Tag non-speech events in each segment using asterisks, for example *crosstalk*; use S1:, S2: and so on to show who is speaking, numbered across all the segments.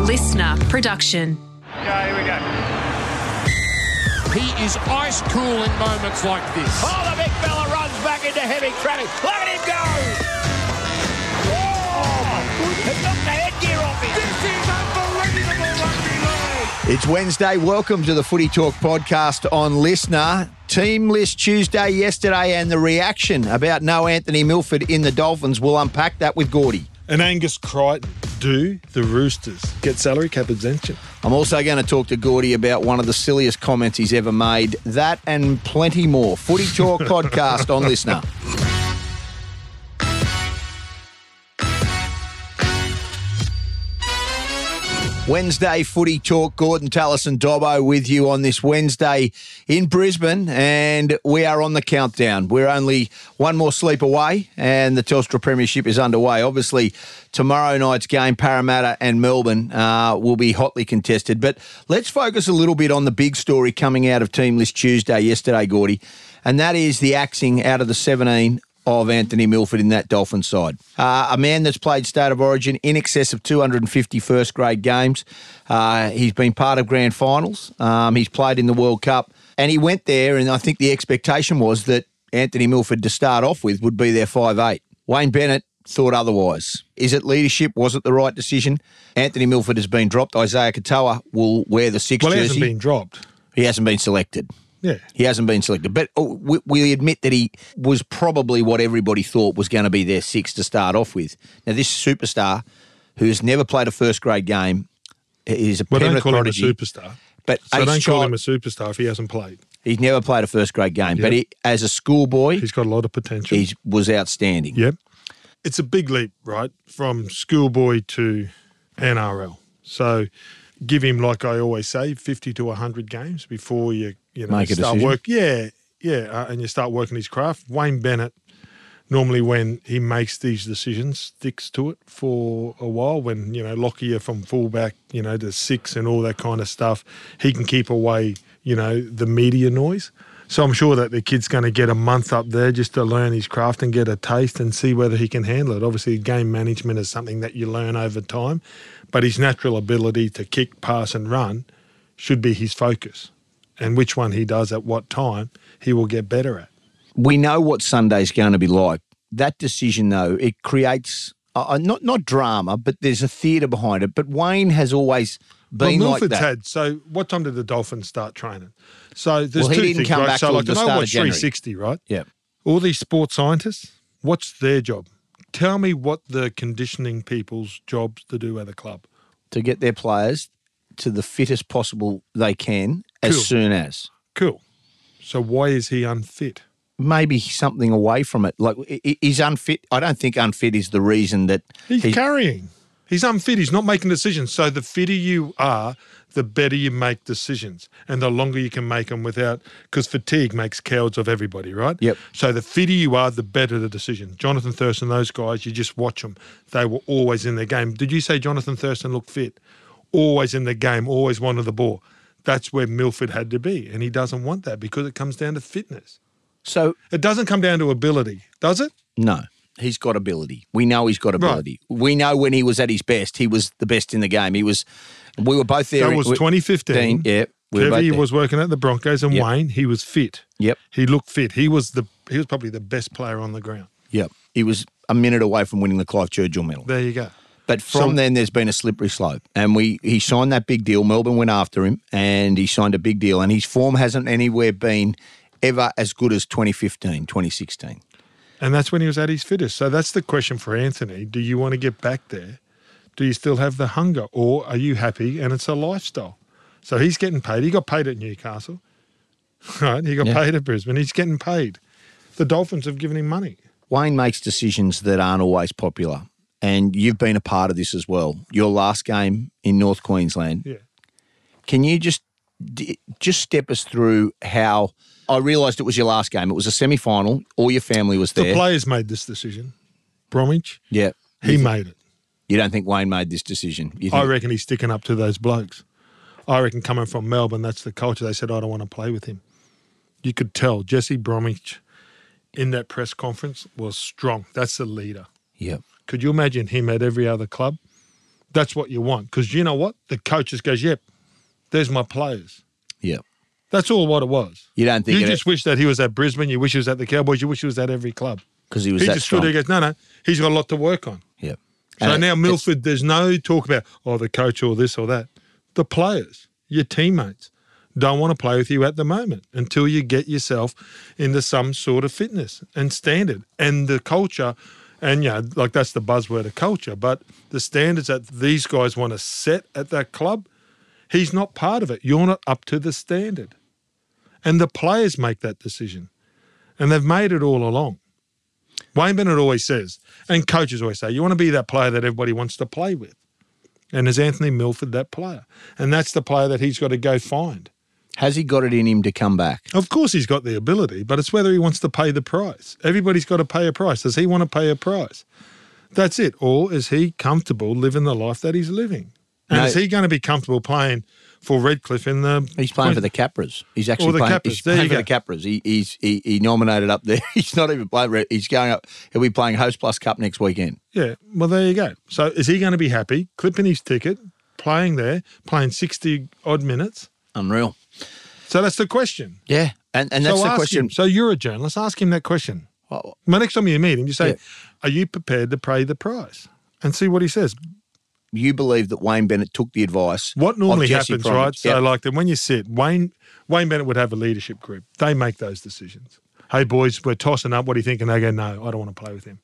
S1: listener production.
S2: Okay, here we go.
S3: He is ice cool in moments like this.
S2: Oh, the big fella runs back into heavy traffic. Look at him go! Oh, my goodness. He knocked the headgear off him. This is unbelievable rugby league.
S4: It's Wednesday. Welcome to the Footy Talk podcast on Listener. Team list Tuesday, yesterday, and the reaction about no Anthony Milford in the Dolphins. We'll unpack that with Gordy.
S5: And Angus Crichton. Do the Roosters get salary cap exemption?
S4: I'm also going to talk to Gordy about one of the silliest comments he's ever made. That and plenty more. Footy Talk *laughs* podcast on Listener. Wednesday Footy Talk. Gordon Tallis and Dobbo with you on this Wednesday in Brisbane, and we are on the countdown. We're only one more sleep away, and the Telstra Premiership is underway. Obviously, tomorrow night's game, Parramatta and Melbourne, uh, will be hotly contested. But let's focus a little bit on the big story coming out of Team List Tuesday yesterday, Gordy, and that is the axing out of the 17 of Anthony Milford in that Dolphin side. Uh, a man that's played State of Origin in excess of 250 first grade games. Uh, he's been part of grand finals. Um, he's played in the World Cup. And he went there, and I think the expectation was that Anthony Milford to start off with would be their 5'8. Wayne Bennett thought otherwise. Is it leadership? Was it the right decision? Anthony Milford has been dropped. Isaiah Katoa will wear the 6
S5: Well, it
S4: jersey.
S5: hasn't been dropped.
S4: He hasn't been selected.
S5: Yeah.
S4: He hasn't been selected, but oh, we, we admit that he was probably what everybody thought was going to be their six to start off with. Now, this superstar who's never played a first grade game is a
S5: Well, don't
S4: Penrith
S5: call
S4: prodigy.
S5: him a superstar.
S4: But
S5: So
S4: Ace
S5: don't call
S4: Child-
S5: him a superstar if he hasn't played.
S4: he's never played a first grade game, but
S5: Yeah.
S4: he, as a schoolboy,
S5: He's got a lot of potential.
S4: he was outstanding.
S5: Yep. It's a big leap, right? From schoolboy to NRL. So give him, like I always say, 50 to 100 games before you, you know,
S4: Make a
S5: start
S4: decision.
S5: work. Yeah. Yeah. Uh, and you start working his craft. Wayne Bennett, normally when he makes these decisions, sticks to it for a while. When, you know, Lockyer from fullback, you know, to six and all that kind of stuff, he can keep away, you know, the media noise. So I'm sure that the kid's going to get a month up there just to learn his craft and get a taste and see whether he can handle it. Obviously, game management is something that you learn over time, but his natural ability to kick, pass, and run should be his focus. And which one he does at what time, he will get better at.
S4: we know what Sunday's going to be like. That decision, though, it creates uh, not not drama, but there's a theatre behind it. But Wayne has always been
S5: well,
S4: like
S5: Milford's
S4: that.
S5: had. So, what time did the Dolphins start training? So, there's
S4: Well, he
S5: two
S4: didn't
S5: things,
S4: come
S5: right?
S4: back
S5: so,
S4: till
S5: like,
S4: the
S5: I
S4: start of
S5: watch
S4: January.
S5: 360, right?
S4: yeah.
S5: All these sports scientists, what's their job? Tell me what the conditioning people's jobs to do at the club.
S4: to get their players to the fittest possible they can as
S5: Cool.
S4: soon as
S5: Cool. So why is he unfit?
S4: maybe something away from it like i- i- he's unfit i don't think unfit is the reason that
S5: He's
S4: he-
S5: carrying. He's unfit. He's not making decisions. So the fitter you are, the better you make decisions, and the longer you can make them without, because fatigue makes cowards of everybody, right?
S4: Yep.
S5: So the fitter you are, the better the decision. Jonathan Thurston, those guys, you just watch them. They were always in their game. Did you say Jonathan Thurston looked fit? Always in the game. Always wanted the ball. That's where Milford had to be, and he doesn't want that because it comes down to fitness.
S4: so
S5: It doesn't come down to ability, does it?
S4: no he's got ability we know he's got ability we know when he was at his best he was the best in the game he was we were both there
S5: That
S4: in-
S5: was
S4: we-
S5: 2015.
S4: yeah we were both
S5: Kevy
S4: there.
S5: was working at the Broncos, and
S4: Yep.
S5: Wayne he was fit.
S4: Yep.
S5: he looked fit. He was the he was probably the best player on the ground.
S4: yep he was a minute away from winning the clive churchill medal
S5: There you go.
S4: But from
S5: So-
S4: then, there's been a slippery slope, and we he signed that big deal. Melbourne went after him, and he signed a big deal, and his form hasn't anywhere been ever as good as 2015, 2016.
S5: And that's when he was at his fittest. So that's the question for Anthony: Do you want to get back there? Do you still have the hunger, or are you happy and it's a lifestyle? So he's getting paid. He got paid at Newcastle, *laughs* right? He got
S4: Yeah.
S5: paid at Brisbane. He's getting paid. The Dolphins have given him money.
S4: Wayne makes decisions that aren't always popular, and you've been a part of this as well. Your last game in North Queensland,
S5: Yeah.
S4: Can you just d- just step us through how? I realised it was your last game. It was a semi-final. All your family was
S5: The
S4: there.
S5: players made this decision. Bromwich,
S4: yeah,
S5: he made it.
S4: you don't think Wayne made this decision? You
S5: I
S4: think-
S5: reckon he's sticking up to those blokes. I reckon coming from Melbourne, that's the culture. They said, I don't want to play with him. You could tell Jesse Bromwich in that press conference was strong. That's the leader.
S4: yeah.
S5: Could you imagine him at every other club? That's what you want. Because you know what? The coaches goes, yep, there's my players.
S4: Yeah.
S5: That's all what it was.
S4: You don't think
S5: You
S4: of it-
S5: just wish that he was at Brisbane. You wish he was at the Cowboys. You wish he was at every club.
S4: because he was
S5: he
S4: that
S5: just
S4: strong.
S5: stood there and goes, no, no, he's got a lot to work on.
S4: Yeah.
S5: So
S4: And it-
S5: now
S4: it-
S5: Milford, there's no talk about oh the coach or this or that. The players, your teammates, don't want to play with you at the moment until you get yourself into some sort of fitness and standard and the culture. And yeah, like that's the buzzword of culture, but the standards that these guys want to set at that club, he's not part of it. You're not up to the standard. And the players make that decision. And they've made it all along. Wayne Bennett always says, and coaches always say, you want to be that player that everybody wants to play with. And is Anthony Milford that player? And that's the player that he's got to go find.
S4: has he got it in him to come back?
S5: Of course, he's got the ability, but it's whether he wants to pay the price. Everybody's got to pay a price. Does he want to pay a price? That's it. Or is he comfortable living the life that he's living? And
S4: No.
S5: is he going to be comfortable playing for Redcliffe in the.
S4: He's playing for
S5: Queen-
S4: the Capras. He's actually
S5: the
S4: playing,
S5: Capras.
S4: he's
S5: There
S4: playing
S5: you
S4: for
S5: go.
S4: the Capras. He, he's he, he nominated up there. *laughs* He's not even playing. re- He's going up. He'll be playing Host Plus Cup next weekend.
S5: Yeah, well, there you go. So is he going to be happy clipping his ticket, playing there, playing 60 odd minutes?
S4: Unreal.
S5: So that's the question.
S4: Yeah, and and that's
S5: so
S4: the
S5: ask
S4: question.
S5: Him, so you're a journalist. Ask him that question.
S4: Well,
S5: My next time you meet him, you say,
S4: Yeah.
S5: "Are you prepared to pay the price?" And see what he says.
S4: You believe that Wayne Bennett took the advice.
S5: What
S4: of
S5: normally
S4: Jesse
S5: happens,
S4: Bromwich.
S5: right? So,
S4: Yep.
S5: like, then when you sit, Wayne Wayne Bennett would have a leadership group. They make those decisions. Hey, boys, we're tossing up. What do you think? And they go, "No, I don't want to play with him."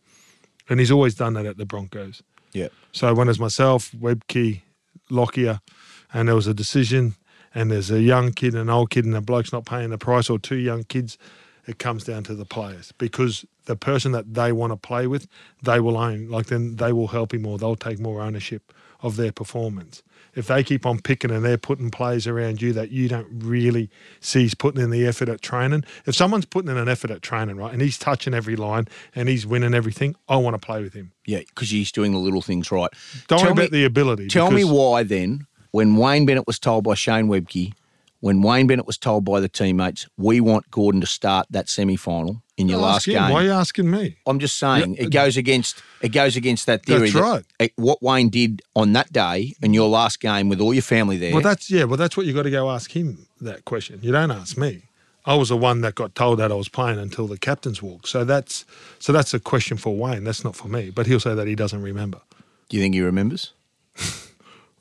S5: And he's always done that at the Broncos.
S4: yeah.
S5: So when it's myself, Webkey, Lockyer, and there was a decision, and there's a young kid, and an old kid, and the bloke's not paying the price, or two young kids, it comes down to the players because the person that they want to play with, they will own. Like then they will help him, or they'll take more ownership of their performance. If they keep on picking and they're putting plays around you that you don't really see is putting in the effort at training, if someone's putting in an effort at training, right, and he's touching every line and he's winning everything, I want to play with him.
S4: Yeah, because he's doing the little things right.
S5: Don't
S4: Tell
S5: worry
S4: me-
S5: about the ability.
S4: Tell me
S5: because-
S4: why then, when Wayne Bennett was told by Shane Webke, when Wayne Bennett was told by the teammates, we want Gordon to start that semi final in your
S5: I'll
S4: last
S5: ask him.
S4: game.
S5: Why are you asking me?
S4: I'm just saying it goes against it goes against that theory.
S5: That's
S4: that-
S5: right.
S4: it- what Wayne did on that day in your last game with all your family there.
S5: Well, that's yeah. Well, that's what you got to go ask him that question. You don't ask me. I was the one that got told that I was playing until the captain's walk. So that's so that's a question for Wayne. That's not for me. But he'll say that he doesn't remember.
S4: Do you think he remembers?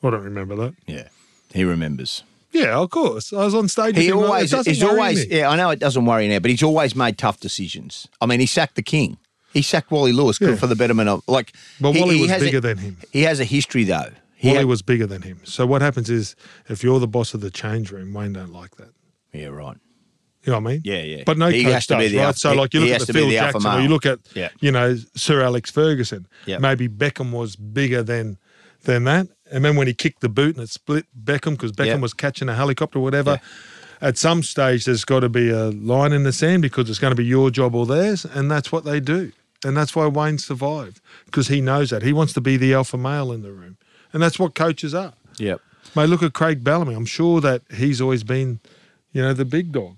S5: I don't remember that.
S4: Yeah, he remembers.
S5: Yeah, of course. I was on stage.
S4: He
S5: with him. It
S4: always
S5: doesn't
S4: he's
S5: worry
S4: always
S5: me.
S4: yeah. I know it doesn't worry now, but he's always made tough decisions. I mean, he sacked the king. He sacked Wally Lewis good
S5: Yeah.
S4: for the betterment of like.
S5: But
S4: he,
S5: Wally was
S4: has a-
S5: bigger than him.
S4: He has a history though. He
S5: Wally
S4: ha-
S5: was bigger than him. So what happens is if you're the boss of the change room, Wayne don't like that.
S4: yeah right.
S5: You know what I mean?
S4: Yeah, yeah.
S5: But no
S4: He
S5: coach
S4: has to be
S5: does,
S4: the
S5: right?
S4: alpha-
S5: so, like, you
S4: he
S5: look
S4: has
S5: at
S4: to
S5: the
S4: be
S5: Phil
S4: the alpha
S5: Jackson, or
S4: male.
S5: you look at,
S4: Yeah.
S5: you know, Sir Alex Ferguson.
S4: Yeah.
S5: Maybe Beckham was bigger than than that. And then when he kicked the boot and it split Beckham because Beckham
S4: Yeah.
S5: was catching a helicopter or whatever. At some stage, there's got to be a line in the sand because it's going to be your job or theirs, and that's what they do, and that's why Wayne survived because he knows that he wants to be the alpha male in the room, and that's what coaches are.
S4: Yep.
S5: Mate, look at Craig Bellamy. I'm sure that he's always been, you know, the big dog.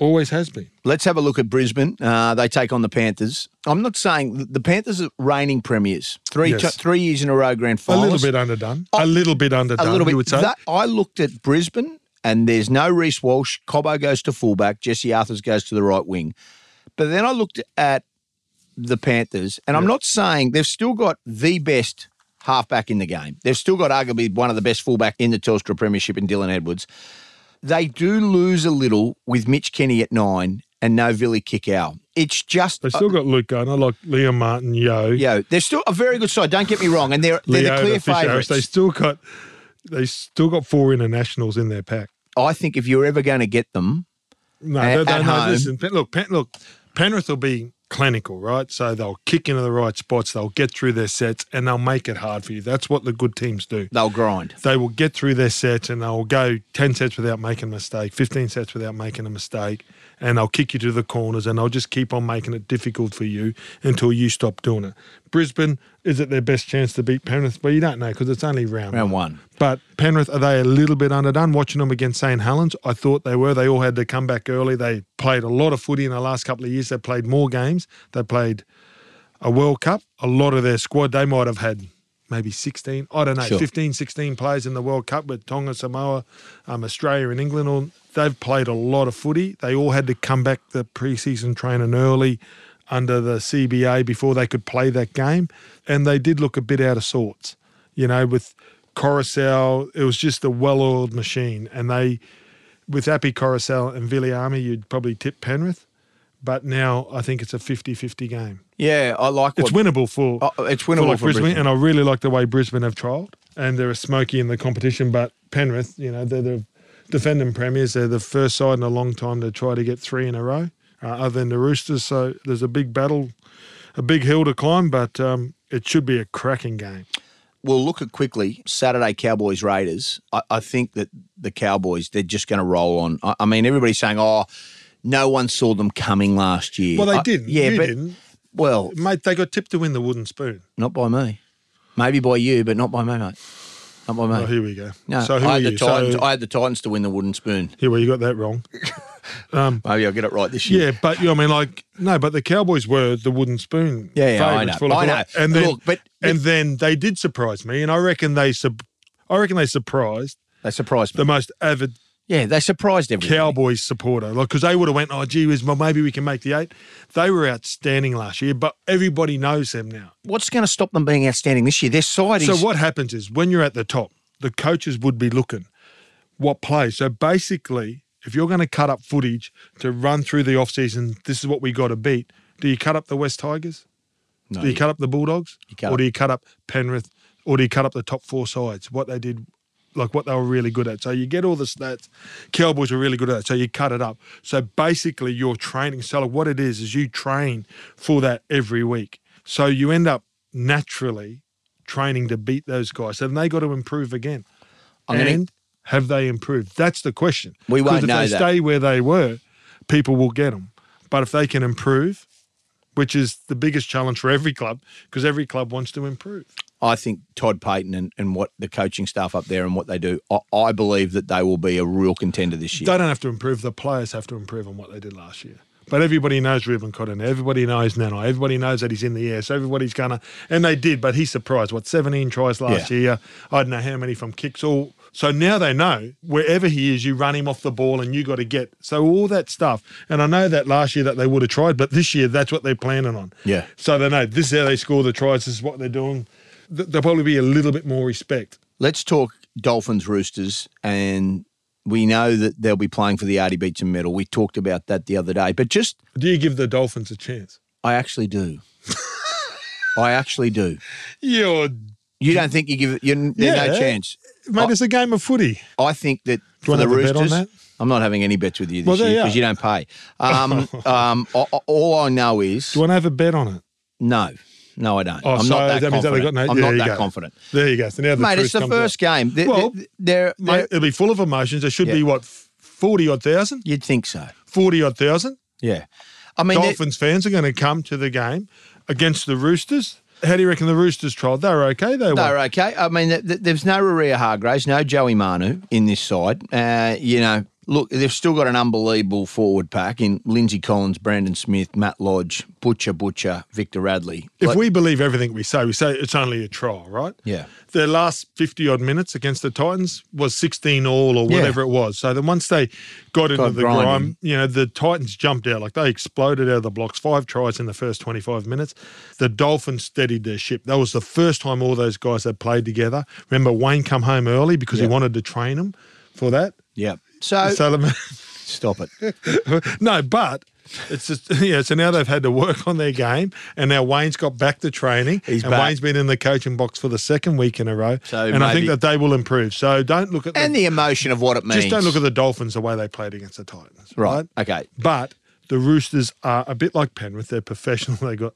S5: Always has been.
S4: Let's have a look at Brisbane. Uh, they take on the Panthers. I'm not saying the Panthers are reigning premiers. Three
S5: Yes.
S4: ti- three years in a row, grand
S5: A
S4: finals.
S5: little bit underdone.
S4: Oh,
S5: a little bit underdone,
S4: a little bit.
S5: you would say.
S4: That- I looked at Brisbane, and there's no Reese Walsh. Cobbo goes to fullback. Jesse Arthurs goes to the right wing. But then I looked at the Panthers, and I'm not saying they've still got the best halfback in the game. They've still got arguably one of the best fullback in the Telstra Premiership in Dylan Edwards. They do lose a little with Mitch Kenny at nine and no Billy Kickow. It's just
S5: They still got Luke Garner, like Liam Martin, Yo,
S4: yo, they're still a very good side. Don't get me wrong, and they're they're
S5: Leo
S4: the clear
S5: Fisher Harris.
S4: favourites.
S5: They still got they still got four internationals in their pack.
S4: I think if you're ever going to get them,
S5: No,
S4: At-
S5: they
S4: at
S5: don't
S4: home.
S5: know. Listen, Pen- look, Pen- look, Penrith will be clinical, right? So they'll kick into the right spots, they'll get through their sets, and they'll make it hard for you. That's what the good teams do.
S4: they'll grind.
S5: they will get through their sets and they'll go 10 sets without making a mistake, 15 sets without making a mistake, and they'll kick you to the corners and they'll just keep on making it difficult for you until you stop doing it. Brisbane, is it their best chance to beat Penrith? Well, you don't know because it's only round,
S4: Round one.
S5: But Penrith, are they a little bit underdone? Watching them against St Helens, I thought they were. They all had to come back early. They played a lot of footy in the last couple of years. They played more games. They played a World Cup. A lot of their squad, they might have had maybe 16, I don't know,
S4: Sure.
S5: fifteen, sixteen 15, 16 players in the World Cup with Tonga, Samoa, um, Australia, and England. All, they've played a lot of footy. They all had to come back the pre-season training early under the CBA before they could play that game. And they did look a bit out of sorts, you know, with Coruscant. It was just a well oiled machine. And they, with Appy Coruscant and Viliami, you'd probably tip Penrith. But now I think it's a 50 50 game.
S4: Yeah, I like
S5: It's
S4: what,
S5: winnable for
S4: Oh, it's
S5: for,
S4: winnable
S5: like
S4: for
S5: Brisbane,
S4: Brisbane.
S5: and I really like the way Brisbane have trialled, and they're a smoky in the competition. But Penrith, you know, they're the defending premiers. They're the first side in a long time to try to get three in a row, uh, other than the Roosters. So there's a big battle, a big hill to climb, but um, it should be a cracking game.
S4: we'll look at quickly Saturday Cowboys Raiders. I, I think that the Cowboys they're just going to roll on. I, I mean, everybody's saying, "Oh, no one saw them coming last year."
S5: Well, they
S4: I-
S5: didn't.
S4: Yeah,
S5: You
S4: but
S5: didn't.
S4: well,
S5: mate. They got tipped to win the wooden spoon.
S4: not by me. Maybe by you, but not by me, mate. Not by me.
S5: Oh, here we go.
S4: no,
S5: so who
S4: I
S5: are
S4: had the
S5: you?
S4: Titans.
S5: So,
S4: I had the Titans to win the wooden spoon.
S5: here, well, you got that wrong.
S4: Maybe I'll get it right this year.
S5: Yeah, but you know, I mean, like, no, but the Cowboys were the wooden spoon.
S4: Yeah, yeah, I
S5: favourites
S4: know,
S5: for, like,
S4: I know.
S5: like- And then,
S4: Look, but-
S5: and then they did surprise me, and I reckon they sub, I reckon they surprised
S4: they surprised me.
S5: the most avid
S4: yeah, they surprised everybody.
S5: Cowboys supporter, like, because they would have went, oh, gee whiz, well, maybe we can make the eight. They were outstanding last year, but everybody knows them now.
S4: What's going to stop them being outstanding this year? Their side is
S5: So what happens is when you're at the top, the coaches would be looking what plays. So basically, if you're going to cut up footage to run through the off season, this is what we got to beat. Do you cut up the West Tigers?
S4: No,
S5: do you
S4: you-
S5: cut up the Bulldogs?
S4: you cut
S5: or
S4: up-
S5: do you cut up Penrith? Or do you cut up the top four sides? What they did, like what they were really good at. So you get all the stats. Cowboys were really good at it. So you cut it up. So basically, you're training. So like, what it is is you train for that every week. So you end up naturally training to beat those guys. And they got to improve again.
S4: I'm gonna-
S5: and have they improved? That's the question.
S4: We won't
S5: 'Cause if
S4: know
S5: they
S4: that.
S5: stay where they were, people will get them. But if they can improve, which is the biggest challenge for every club, because every club wants to improve.
S4: I think Todd Payton and, and what the coaching staff up there and what they do, I, I believe that they will be a real contender this year.
S5: They don't have to improve. The players have to improve on what they did last year. But everybody knows Ruben Cotton. Everybody knows Nana. Everybody knows that he's in the air. So everybody's going to. And they did, but he surprised. What, 17 tries last
S4: Yeah.
S5: year? I don't know how many from kicks. All So now they know wherever he is, you run him off the ball and you got to get. So all that stuff. And I know that last year that they would have tried, but this year that's what they're planning on.
S4: Yeah.
S5: So they know this is how they score the tries. This is what they're doing. Th- There'll probably be a little bit more respect.
S4: Let's talk Dolphins Roosters, and we know that they'll be playing for the Artie Beecham medal. We talked about that the other day, but just
S5: Do you give the Dolphins a chance?
S4: I actually
S5: *laughs*
S4: do. I actually do.
S5: You're.
S4: You don't think you give it? You, there's no
S5: Yeah.
S4: chance.
S5: Mate, it's a game of footy.
S4: I think that for
S5: wanna
S4: the
S5: have a bet on
S4: Roosters,
S5: that?
S4: I'm not having any bets with you this
S5: Well, there
S4: year
S5: you
S4: because you
S5: are.
S4: don't pay. Um, *laughs* um, a- a- all I know is
S5: Do you want to have a bet on it?
S4: no, no, I don't.
S5: Oh,
S4: I'm
S5: so
S4: not that,
S5: that
S4: confident.
S5: means that they got no-
S4: I'm
S5: yeah,
S4: not
S5: you
S4: that
S5: go.
S4: confident.
S5: There you go. So now the
S4: Mate, it's
S5: truth
S4: the
S5: comes
S4: first
S5: out.
S4: game. They're,
S5: Well,
S4: they're,
S5: Mate,
S4: they're-
S5: it'll be full of emotions. There should
S4: Yeah.
S5: be what forty odd thousand,
S4: you'd think so.
S5: forty odd thousand
S4: Yeah. I mean, they're-
S5: Dolphins fans are going to come to the game against the Roosters. How do you reckon the Roosters tried? They were okay. They were.
S4: they're okay. I mean, th- th- there's no Rarea Hargraves, no Joey Manu in this side. Uh, you know, look, they've still got an unbelievable forward pack in Lindsay Collins, Brandon Smith, Matt Lodge, Butcher Butcher, Victor Radley.
S5: If
S4: Like-
S5: we believe everything we say, we say it's only a trial, right?
S4: Yeah.
S5: Their last 50 odd minutes against the Titans was 16 all or
S4: Yeah.
S5: whatever it was. So then once they got into
S4: Got
S5: the
S4: grinding.
S5: grime, you know, the Titans jumped out like they exploded out of the blocks, five tries in the first 25 minutes. The Dolphins steadied their ship. That was the first time all those guys had played together. Remember, Wayne come home early because
S4: Yeah.
S5: he wanted to train them for that.
S4: yeah. So,
S5: So the-
S4: stop it.
S5: no, but it's just *laughs* yeah. So now they've had to work on their game, and now Wayne's got back to training,
S4: He's
S5: and
S4: back.
S5: Wayne's been in the coaching box for the second week in a row.
S4: So
S5: and I think
S4: maybe-
S5: that they will improve. So don't look at the,
S4: And the emotion of what it means.
S5: just don't look at the Dolphins the way they played against the Titans,
S4: Right.
S5: right?
S4: Okay.
S5: But the Roosters are a bit like Penrith. They're professional. *laughs* They got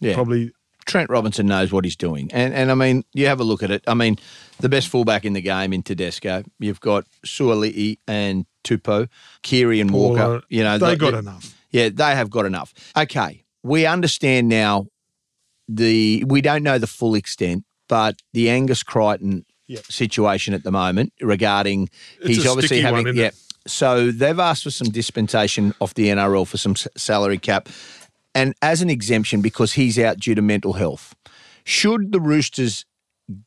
S4: Yeah.
S5: probably
S4: Trent Robinson knows what he's doing. And and I mean, you have a look at it. I mean, the best fullback in the game in Tedesco. You've got Suoli'i and Tupo, Kiri and Walker.
S5: Paulo.
S4: you know,
S5: they
S4: the-
S5: got
S4: the-
S5: enough.
S4: Yeah, they have got enough. Okay. We understand now the we don't know the full extent, but the Angus Crichton
S5: Yep.
S4: situation at the moment regarding
S5: It's
S4: he's
S5: a
S4: obviously
S5: sticky
S4: having
S5: one, isn't
S4: yeah.
S5: it?
S4: So they've asked for some dispensation off the NRL for some s- salary cap, and as an exemption because he's out due to mental health. Should the Roosters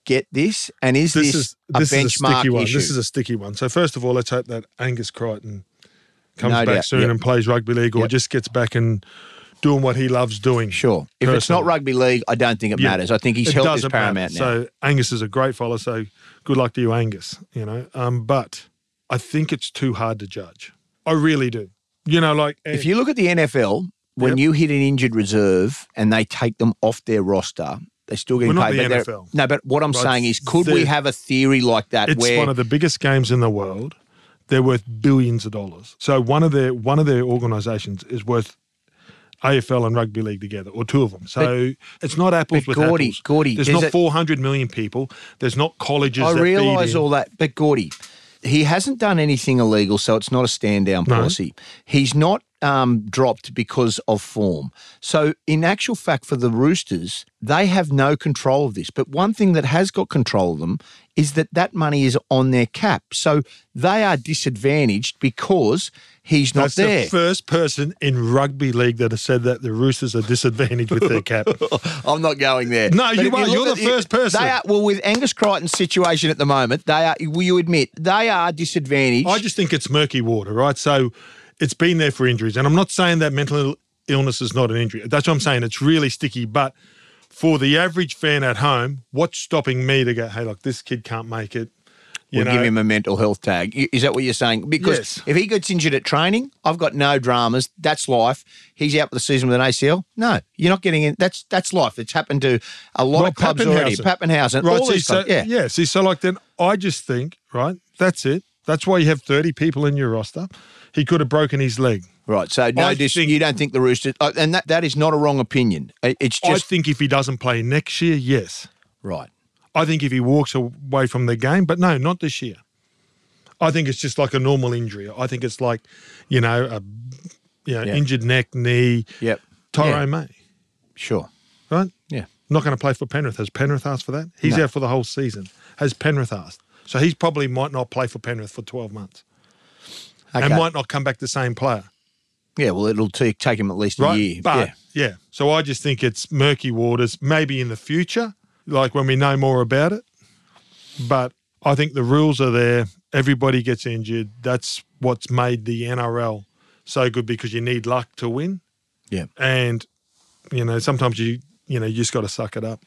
S4: get this? And is this, a benchmark
S5: sticky one.
S4: issue?
S5: This is a sticky one. So first of all, let's hope that Angus Crichton comes
S4: No
S5: back
S4: doubt,
S5: soon
S4: yep.
S5: and plays rugby league, or
S4: Yep.
S5: just gets back and doing what he loves doing.
S4: sure. If it's not
S5: Personally.
S4: rugby league, I don't think it
S5: Yeah.
S4: matters. I think his
S5: It
S4: health is
S5: doesn't matter.
S4: paramount now.
S5: So Angus is a great fella. So good luck to you, Angus. You know, um, but I think it's too hard to judge. I really do. You know, like
S4: If you look at the NFL, when
S5: Yep.
S4: you hit an injured reserve and they take them off their roster, they're still getting
S5: We're not
S4: paid.
S5: the
S4: but they're-
S5: NFL.
S4: No, but what I'm
S5: Right,
S4: saying is, could we
S5: the-
S4: have a theory like that
S5: It's
S4: where
S5: one of the biggest games in the world. They're worth billions of dollars. So one of their one of their organisations is worth AFL and rugby league together, or two of them. So it's not apples
S4: but
S5: with
S4: Gordy,
S5: apples.
S4: Gordy,
S5: there's
S4: there's
S5: not
S4: a-
S5: 400 million people. There's not colleges.
S4: I
S5: that feed
S4: realise
S5: in.
S4: all that, but Gordy, he hasn't done anything illegal, so it's not a stand down
S5: No.
S4: policy. He's not um, dropped because of form. So, in actual fact, for the Roosters, they have no control of this. But one thing that has got control of them is that that money is on their cap. So they are disadvantaged because he's not
S5: That's
S4: there.
S5: the first person in rugby league that has said that the Roosters are disadvantaged with
S4: *laughs*
S5: their cap.
S4: I'm not going there.
S5: No, you
S4: if
S5: are.
S4: look
S5: You're
S4: at
S5: the first person.
S4: They are, well, with Angus Crichton's situation at the moment, they are. Will you admit they are disadvantaged?
S5: I just think it's murky water, right? So it's been there for injuries. And I'm not saying that mental Ill- illness is not an injury. That's what I'm saying. It's really sticky. But for the average fan at home, what's stopping me to go, hey, look, this kid can't make it? You
S4: We'll
S5: know,
S4: give him a mental health tag. I- Is that what you're saying? Because
S5: Yes.
S4: if he gets injured at training, I've got no dramas. That's life. He's out for the season with an ACL. No, you're not getting in. That's that's life. It's happened to a lot of clubs already. Pappenhausen, all
S5: see,
S4: these
S5: so,
S4: clubs. Yeah.
S5: yeah. See, so like then I just think, right, that's it. That's why you have 30 people in your roster. He could have broken his leg.
S4: right. So no,
S5: I
S4: dis-
S5: think-
S4: you don't think the Roosters, oh, and that, that is not a wrong opinion. I- It's
S5: I
S4: just
S5: think if he doesn't play next year, yes.
S4: right.
S5: I think if he walks away from the game, but no, not this year. I think it's just like a normal injury. I think it's like, you know, a you know,
S4: Yeah.
S5: injured neck, knee,
S4: Yep.
S5: Tyrone
S4: Yeah,
S5: May,
S4: sure.
S5: right?
S4: Yeah.
S5: Not going to play for Penrith. Has Penrith asked for that? He's
S4: No.
S5: out for the whole season. Has Penrith asked? So he's probably might not play for Penrith for 12 months
S4: Okay.
S5: and might not come back the same player,
S4: yeah. Well, it'll take take him at least
S5: right?
S4: a year.
S5: But
S4: yeah.
S5: yeah. So I just think it's murky waters, maybe in the future, like when we know more about it. but I think the rules are there. Everybody gets injured. That's what's made the NRL so good because you need luck to win.
S4: Yeah.
S5: And you know, sometimes you you know you just got to suck it up.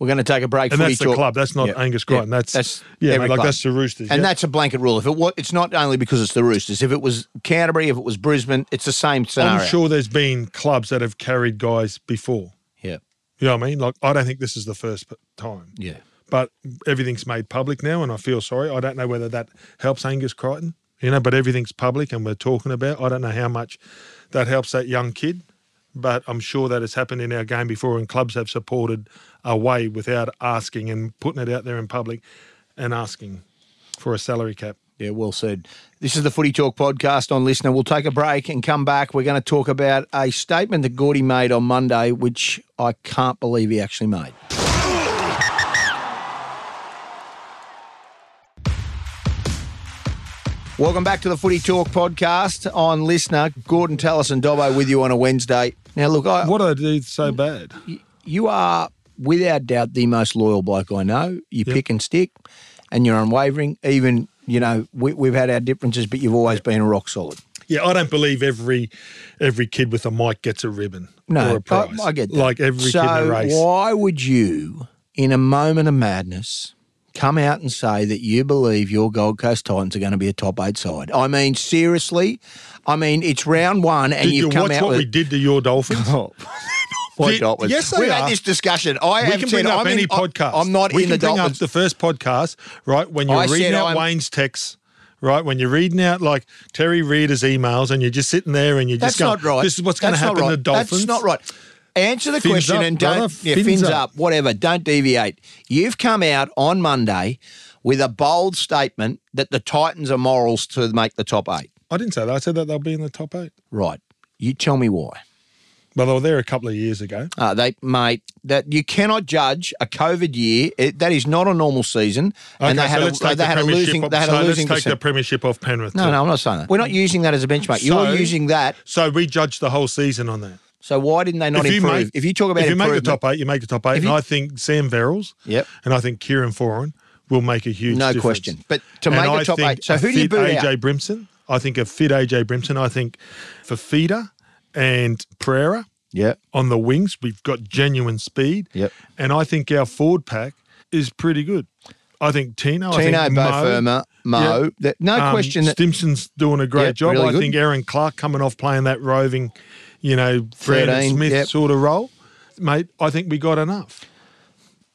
S4: We're going to take a break.
S5: And
S4: Footy
S5: that's the
S4: talk.
S5: club. That's not
S4: Yeah.
S5: Angus
S4: Yeah.
S5: Crichton. That's, yeah,
S4: every
S5: like
S4: club.
S5: that's the Roosters.
S4: And
S5: yeah.
S4: that's a blanket rule. If it was, it's not only because it's the Roosters. If it was Canterbury, if it was Brisbane, it's the same scenario.
S5: I'm sure there's been clubs that have carried guys before.
S4: Yeah,
S5: You know what I mean? Like I don't think this is the first p- time.
S4: yeah.
S5: But everything's made public now, and I feel sorry. I don't know whether that helps Angus Crichton, you know, but everything's public and we're talking about. I don't know how much that helps that young kid, but I'm sure that it's happened in our game before, and clubs have supported a way without asking and putting it out there in public and asking for a salary cap.
S4: Yeah, well said. This is the Footy Talk podcast on Listener. We'll take a break and come back. We're going to talk about a statement that Gordy made on Monday, which I can't believe he actually made. Welcome back to the Footy Talk podcast on Listener. Gordon Tallis and Dobbo with you on a Wednesday. Now, look, I,
S5: What I do so
S4: Mm.
S5: bad?
S4: you are without doubt the most loyal bloke I know. You pick and stick, and you're unwavering. Even you know we, we've had our differences, but you've always been rock solid.
S5: Yeah, I don't believe every every kid with a mic gets a ribbon
S4: No,
S5: or a prize.
S4: I, I get that.
S5: like every
S4: so
S5: kid in a race.
S4: why would you, in a moment of madness, come out and say that you believe your Gold Coast Titans are going to be a top eight side? I mean, seriously. I mean, it's round one, and
S5: Did
S4: you've
S5: you
S4: come
S5: watch
S4: out
S5: what
S4: with
S5: we did to your Dolphins?
S4: *laughs* Oh. My
S5: Did-
S4: Dolphins.
S5: yes, they
S4: We've had
S5: are.
S4: this discussion. I
S5: we
S4: have
S5: can
S4: said
S5: bring up
S4: I'm
S5: any
S4: in- I-
S5: podcast.
S4: I'm not
S5: we
S4: in
S5: can
S4: the
S5: bring
S4: Dolphins.
S5: up the first podcast, right? When you're
S4: I said
S5: reading out
S4: I'm-
S5: Wayne's texts, right? When you're reading out like Terry Reader's emails, and you're just sitting there and you're
S4: That's
S5: just
S4: not
S5: going,
S4: right.
S5: "This is what's going to
S4: That's not
S5: happen
S4: right.
S5: to Dolphins."
S4: That's not right. Answer the
S5: Fins
S4: question
S5: up,
S4: and don't
S5: brother.
S4: yeah, fins,
S5: Fins
S4: up.
S5: up.
S4: whatever. Don't deviate. You've come out on Monday with a bold statement that the Titans are morals to make the top eight.
S5: I didn't say that. I said that they'll be in the top eight.
S4: Right. You tell me why.
S5: But they were there a couple of years ago.
S4: Uh, they, mate, that you cannot judge a COVID year. It, that is not a normal season. and they
S5: Okay,
S4: had a,
S5: so let's take
S4: they
S5: the
S4: had a
S5: premiership
S4: losing.
S5: off-
S4: They had
S5: so
S4: a losing.
S5: Let's take the
S4: percent.
S5: premiership off Penrith.
S4: No,
S5: too.
S4: no, I'm not saying that. We're not using that as a benchmark.
S5: So-
S4: You're using that
S5: So we judged the whole season on that.
S4: So why didn't they not
S5: If you
S4: improve?
S5: make-
S4: if you talk about
S5: if you make the
S4: improvement,
S5: top eight, you make the top eight.
S4: If
S5: And
S4: you-
S5: I think Sam Verrills
S4: Yep.
S5: and I think Kieran Foran will make a huge
S4: No
S5: difference.
S4: question. But to make
S5: I
S4: the top
S5: think
S4: eight, so
S5: a
S4: who do you
S5: fit
S4: boot
S5: AJ
S4: out?
S5: Brimson. I think a fit AJ Brimson. I think Fafita and Pereira
S4: yeah,
S5: on the wings. We've got genuine speed.
S4: Yep.
S5: And I think our forward pack is pretty good. I think Tino.
S4: Tino, eh?
S5: I think
S4: Bo Firma, Mo.
S5: Yeah.
S4: That- no
S5: um,
S4: question that
S5: Stimson's doing a great
S4: Yep,
S5: job.
S4: really
S5: I
S4: good.
S5: think Aaron Clark coming off playing that roving, you know, Brandon
S4: 13,
S5: Smith
S4: yep.
S5: sort of role. Mate, I think we got enough.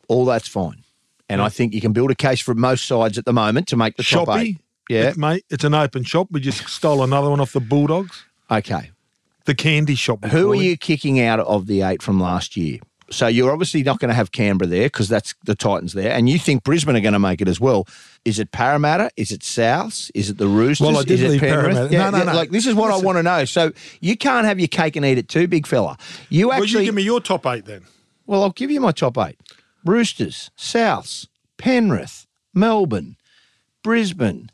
S4: all that's fine. And I think you can build a case for most sides at the moment to make the top
S5: Shoppy,
S4: eight. Yeah.
S5: it- mate, it's an open shop. We just stole another one off the Bulldogs.
S4: Okay.
S5: The candy shop. we
S4: Who
S5: call
S4: are
S5: it.
S4: you kicking out of the eight from last year? So you're obviously not going to have Canberra there because that's the Titans there, and you think Brisbane are going to make it as well. Is it Parramatta? Is it Souths? Is it the Roosters?
S5: Well, I did
S4: is it
S5: leave
S4: Penrith?
S5: Parramatta.
S4: Yeah,
S5: No, no,
S4: yeah,
S5: no.
S4: Like this is what I
S5: Listen.
S4: want to know. So you can't have your cake and eat it too, big fella. You
S5: Well,
S4: actually.
S5: you give me your top eight then.
S4: Well, I'll give you my top eight Roosters, Souths, Penrith, Melbourne, Brisbane.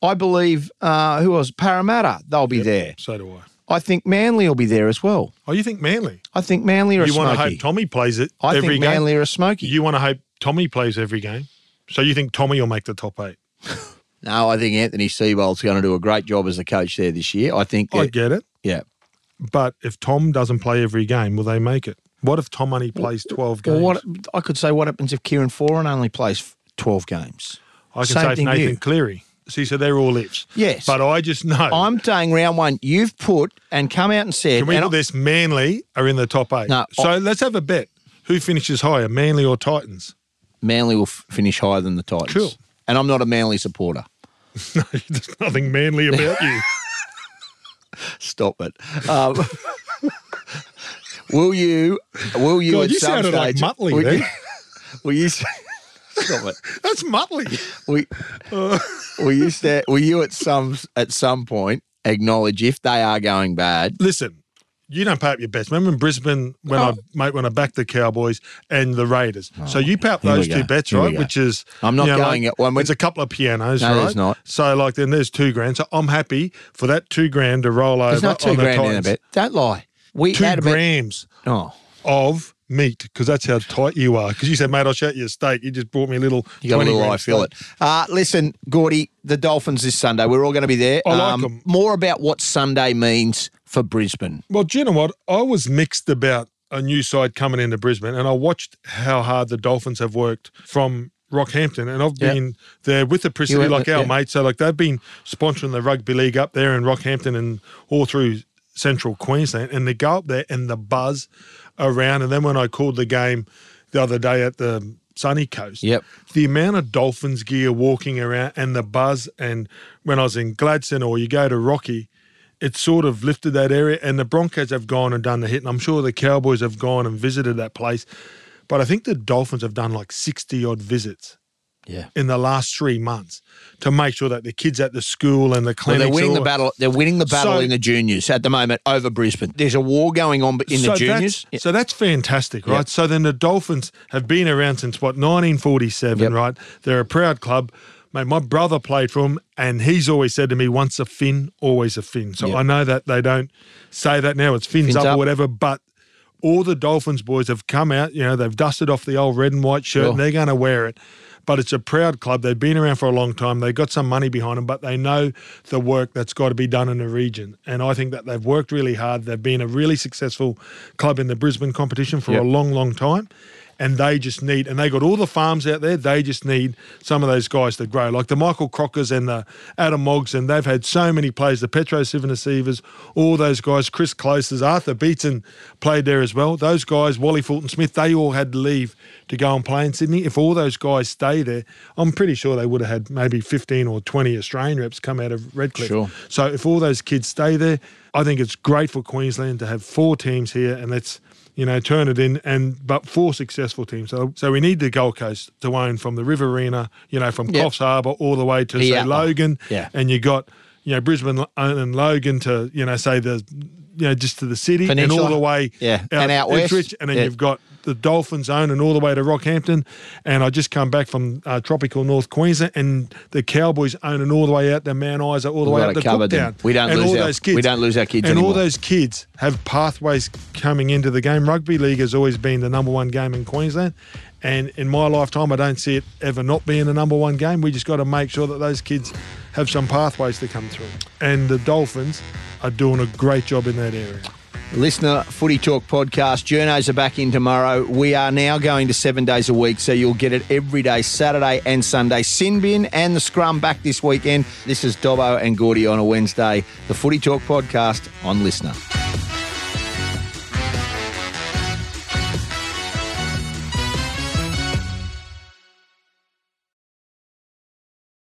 S4: I believe, uh, who else? Parramatta, they'll be there.
S5: So do I.
S4: I think Manly will be there as well.
S5: Oh, you think Manly?
S4: I think Manly are
S5: you
S4: a smoky.
S5: want to hope Tommy plays it
S4: I
S5: every
S4: think
S5: game.
S4: Manly are a smoky.
S5: You want to hope Tommy plays every game. So you think Tommy will make the top eight?
S4: no, I think Anthony Seibold's going to do a great job as the coach there this year. I think,
S5: I
S4: that-
S5: get it.
S4: yeah.
S5: But if Tom doesn't play every game, will they make it? What if Tom only plays 12 games?
S4: Well, what I could say, what happens if Kieran Foran only plays 12 games?
S5: I can
S4: Same
S5: say if
S4: thing to you.
S5: Nathan Cleary. See, so they're all ifs.
S4: Yes.
S5: But I just know.
S4: I'm saying round one, you've put and come out and said,
S5: can we
S4: and
S5: put
S4: I-
S5: this? Manly are in the top eight.
S4: No,
S5: so let's have a bet. Who finishes higher, Manly or Titans? *laughs*
S4: Manly will f- finish higher than the Titans.
S5: Cool.
S4: And I'm not a Manly supporter.
S5: There's nothing
S4: *laughs*
S5: manly about you.
S4: Stop it. Um, *laughs* will you? Will you?
S5: God,
S4: at
S5: you
S4: some
S5: sounded like
S4: stage-
S5: Muttley
S4: Will you?
S5: there.
S4: Will you s- *laughs* stop it.
S5: *laughs* That's Muttley. *laughs*
S4: Will, will you? Sta- will you at some at some point acknowledge if they are going bad?
S5: Listen, you don't pay up your bets. Remember in Brisbane when I mate when I backed the Cowboys and the Raiders. so you pay up
S4: Oh, Here we
S5: those
S4: go.
S5: two bets,
S4: Here we
S5: right?
S4: go.
S5: Which is
S4: I'm not
S5: you know,
S4: going
S5: like,
S4: at one.
S5: It's a couple of pianos,
S4: No,
S5: right?
S4: there's not.
S5: So like then there's two grand. So I'm happy for that two grand to roll
S4: There's
S5: over
S4: not two
S5: on
S4: grand
S5: the
S4: in a
S5: Titans.
S4: bet. Don't lie. We
S5: Two
S4: had a bet.
S5: grams
S4: Oh,
S5: of meat because that's how tight you are. Because you said, mate, I'll shout you a steak. You just brought me a little.
S4: you got a
S5: 20
S4: little
S5: grand
S4: eye feel it.
S5: steak.
S4: Uh, listen, Gordy, the Dolphins this Sunday. We're all going to be there. Um,
S5: I like 'em.
S4: More about what Sunday means for Brisbane.
S5: Well, do you know what? I was mixed about a new side coming into Brisbane, and I watched how hard the Dolphins have worked from Rockhampton, and I've
S4: Yeah.
S5: been there with the
S4: You
S5: Priscilla,
S4: went
S5: like
S4: with-
S5: our
S4: yeah.
S5: mates. So, like, they've been sponsoring the rugby league up there in Rockhampton and all through central Queensland, and they go up there and the buzz around. And then when I called the game the other day at the Sunny Coast,
S4: Yep.
S5: the amount of Dolphins gear walking around and the buzz. And when I was in Gladstone or you go to Rocky, it sort of lifted that area. And the Broncos have gone and done the hit. And I'm sure the Cowboys have gone and visited that place. But I think the Dolphins have done like 60 odd visits
S4: Yeah.
S5: in the last three months to make sure that the kids at the school and the
S4: Well,
S5: clinics.
S4: they're winning the
S5: all-
S4: battle. They're winning the battle
S5: So-
S4: in the juniors at the moment over Brisbane. There's a war going on in the juniors.
S5: That's, So that's fantastic, right?
S4: Yep.
S5: So then the Dolphins have been around since what 1947,
S4: Yep.
S5: right? They're a proud club. Mate, my brother played for them, and he's always said to me, "Once a Finn, always a Finn." So
S4: Yep.
S5: I know that they don't say that now; it's Finns,
S4: Fins
S5: up,
S4: up.
S5: or whatever. But all the Dolphins boys have come out. You know, they've dusted off the old red and white shirt,
S4: Sure.
S5: and they're going to wear it. But it's a proud club. They've been around for a long time. They've got some money behind them, but they know the work that's got to be done in the region. And I think that they've worked really hard. They've been a really successful club in the Brisbane competition for
S4: Yep.
S5: a long, long time. And they just need, and they got all the farms out there. They just need some of those guys to grow, like the Michael Crockers and the Adam Moggs. And they've had so many players, the Petro Sivanasivas, all those guys, Chris Closes, Arthur Beaton played there as well. Those guys, Wally Fulton Smith, they all had to leave to go and play in Sydney. If all those guys stay there, I'm pretty sure they would have had maybe 15 or 20 Australian reps come out of Redcliffe.
S4: Sure.
S5: So if all those kids stay there, I think it's great for Queensland to have four teams here and let's you know turn it in and but four successful teams. So so we need the Gold Coast to own from the Riverina, you know, from
S4: Yep.
S5: Coffs Harbour all the way to
S4: The
S5: say
S4: outline.
S5: Logan,
S4: Yeah.
S5: and you got you know Brisbane and Logan to you know say the you know just to the city and
S4: Peninsula.
S5: all the way
S4: Yeah. And out west.
S5: Ipswich, and then
S4: Yeah.
S5: you've got the Dolphins own and all the way to Rockhampton, and I just come back from uh, tropical North Queensland, and the Cowboys own and all the way out to Mount Isa, all the
S4: We've
S5: way
S4: got
S5: up
S4: it
S5: to
S4: covered then.
S5: Cooktown.
S4: We don't
S5: and
S4: lose
S5: all
S4: our-
S5: those kids.
S4: we don't lose our kids
S5: and
S4: anymore.
S5: all those kids have pathways coming into the game. Rugby league has always been the number one game in Queensland. And in my lifetime, I don't see it ever not being the number one game. We just got to make sure that those kids have some pathways to come through. And the Dolphins are doing a great job in that area.
S4: Listener Footy Talk podcast. Journos are back in tomorrow. We are now going to seven days a week, so you'll get it every day, Saturday and Sunday. Sin bin and the scrum back this weekend. This is Dobbo and Gordy on a Wednesday. The Footy Talk podcast on Listener.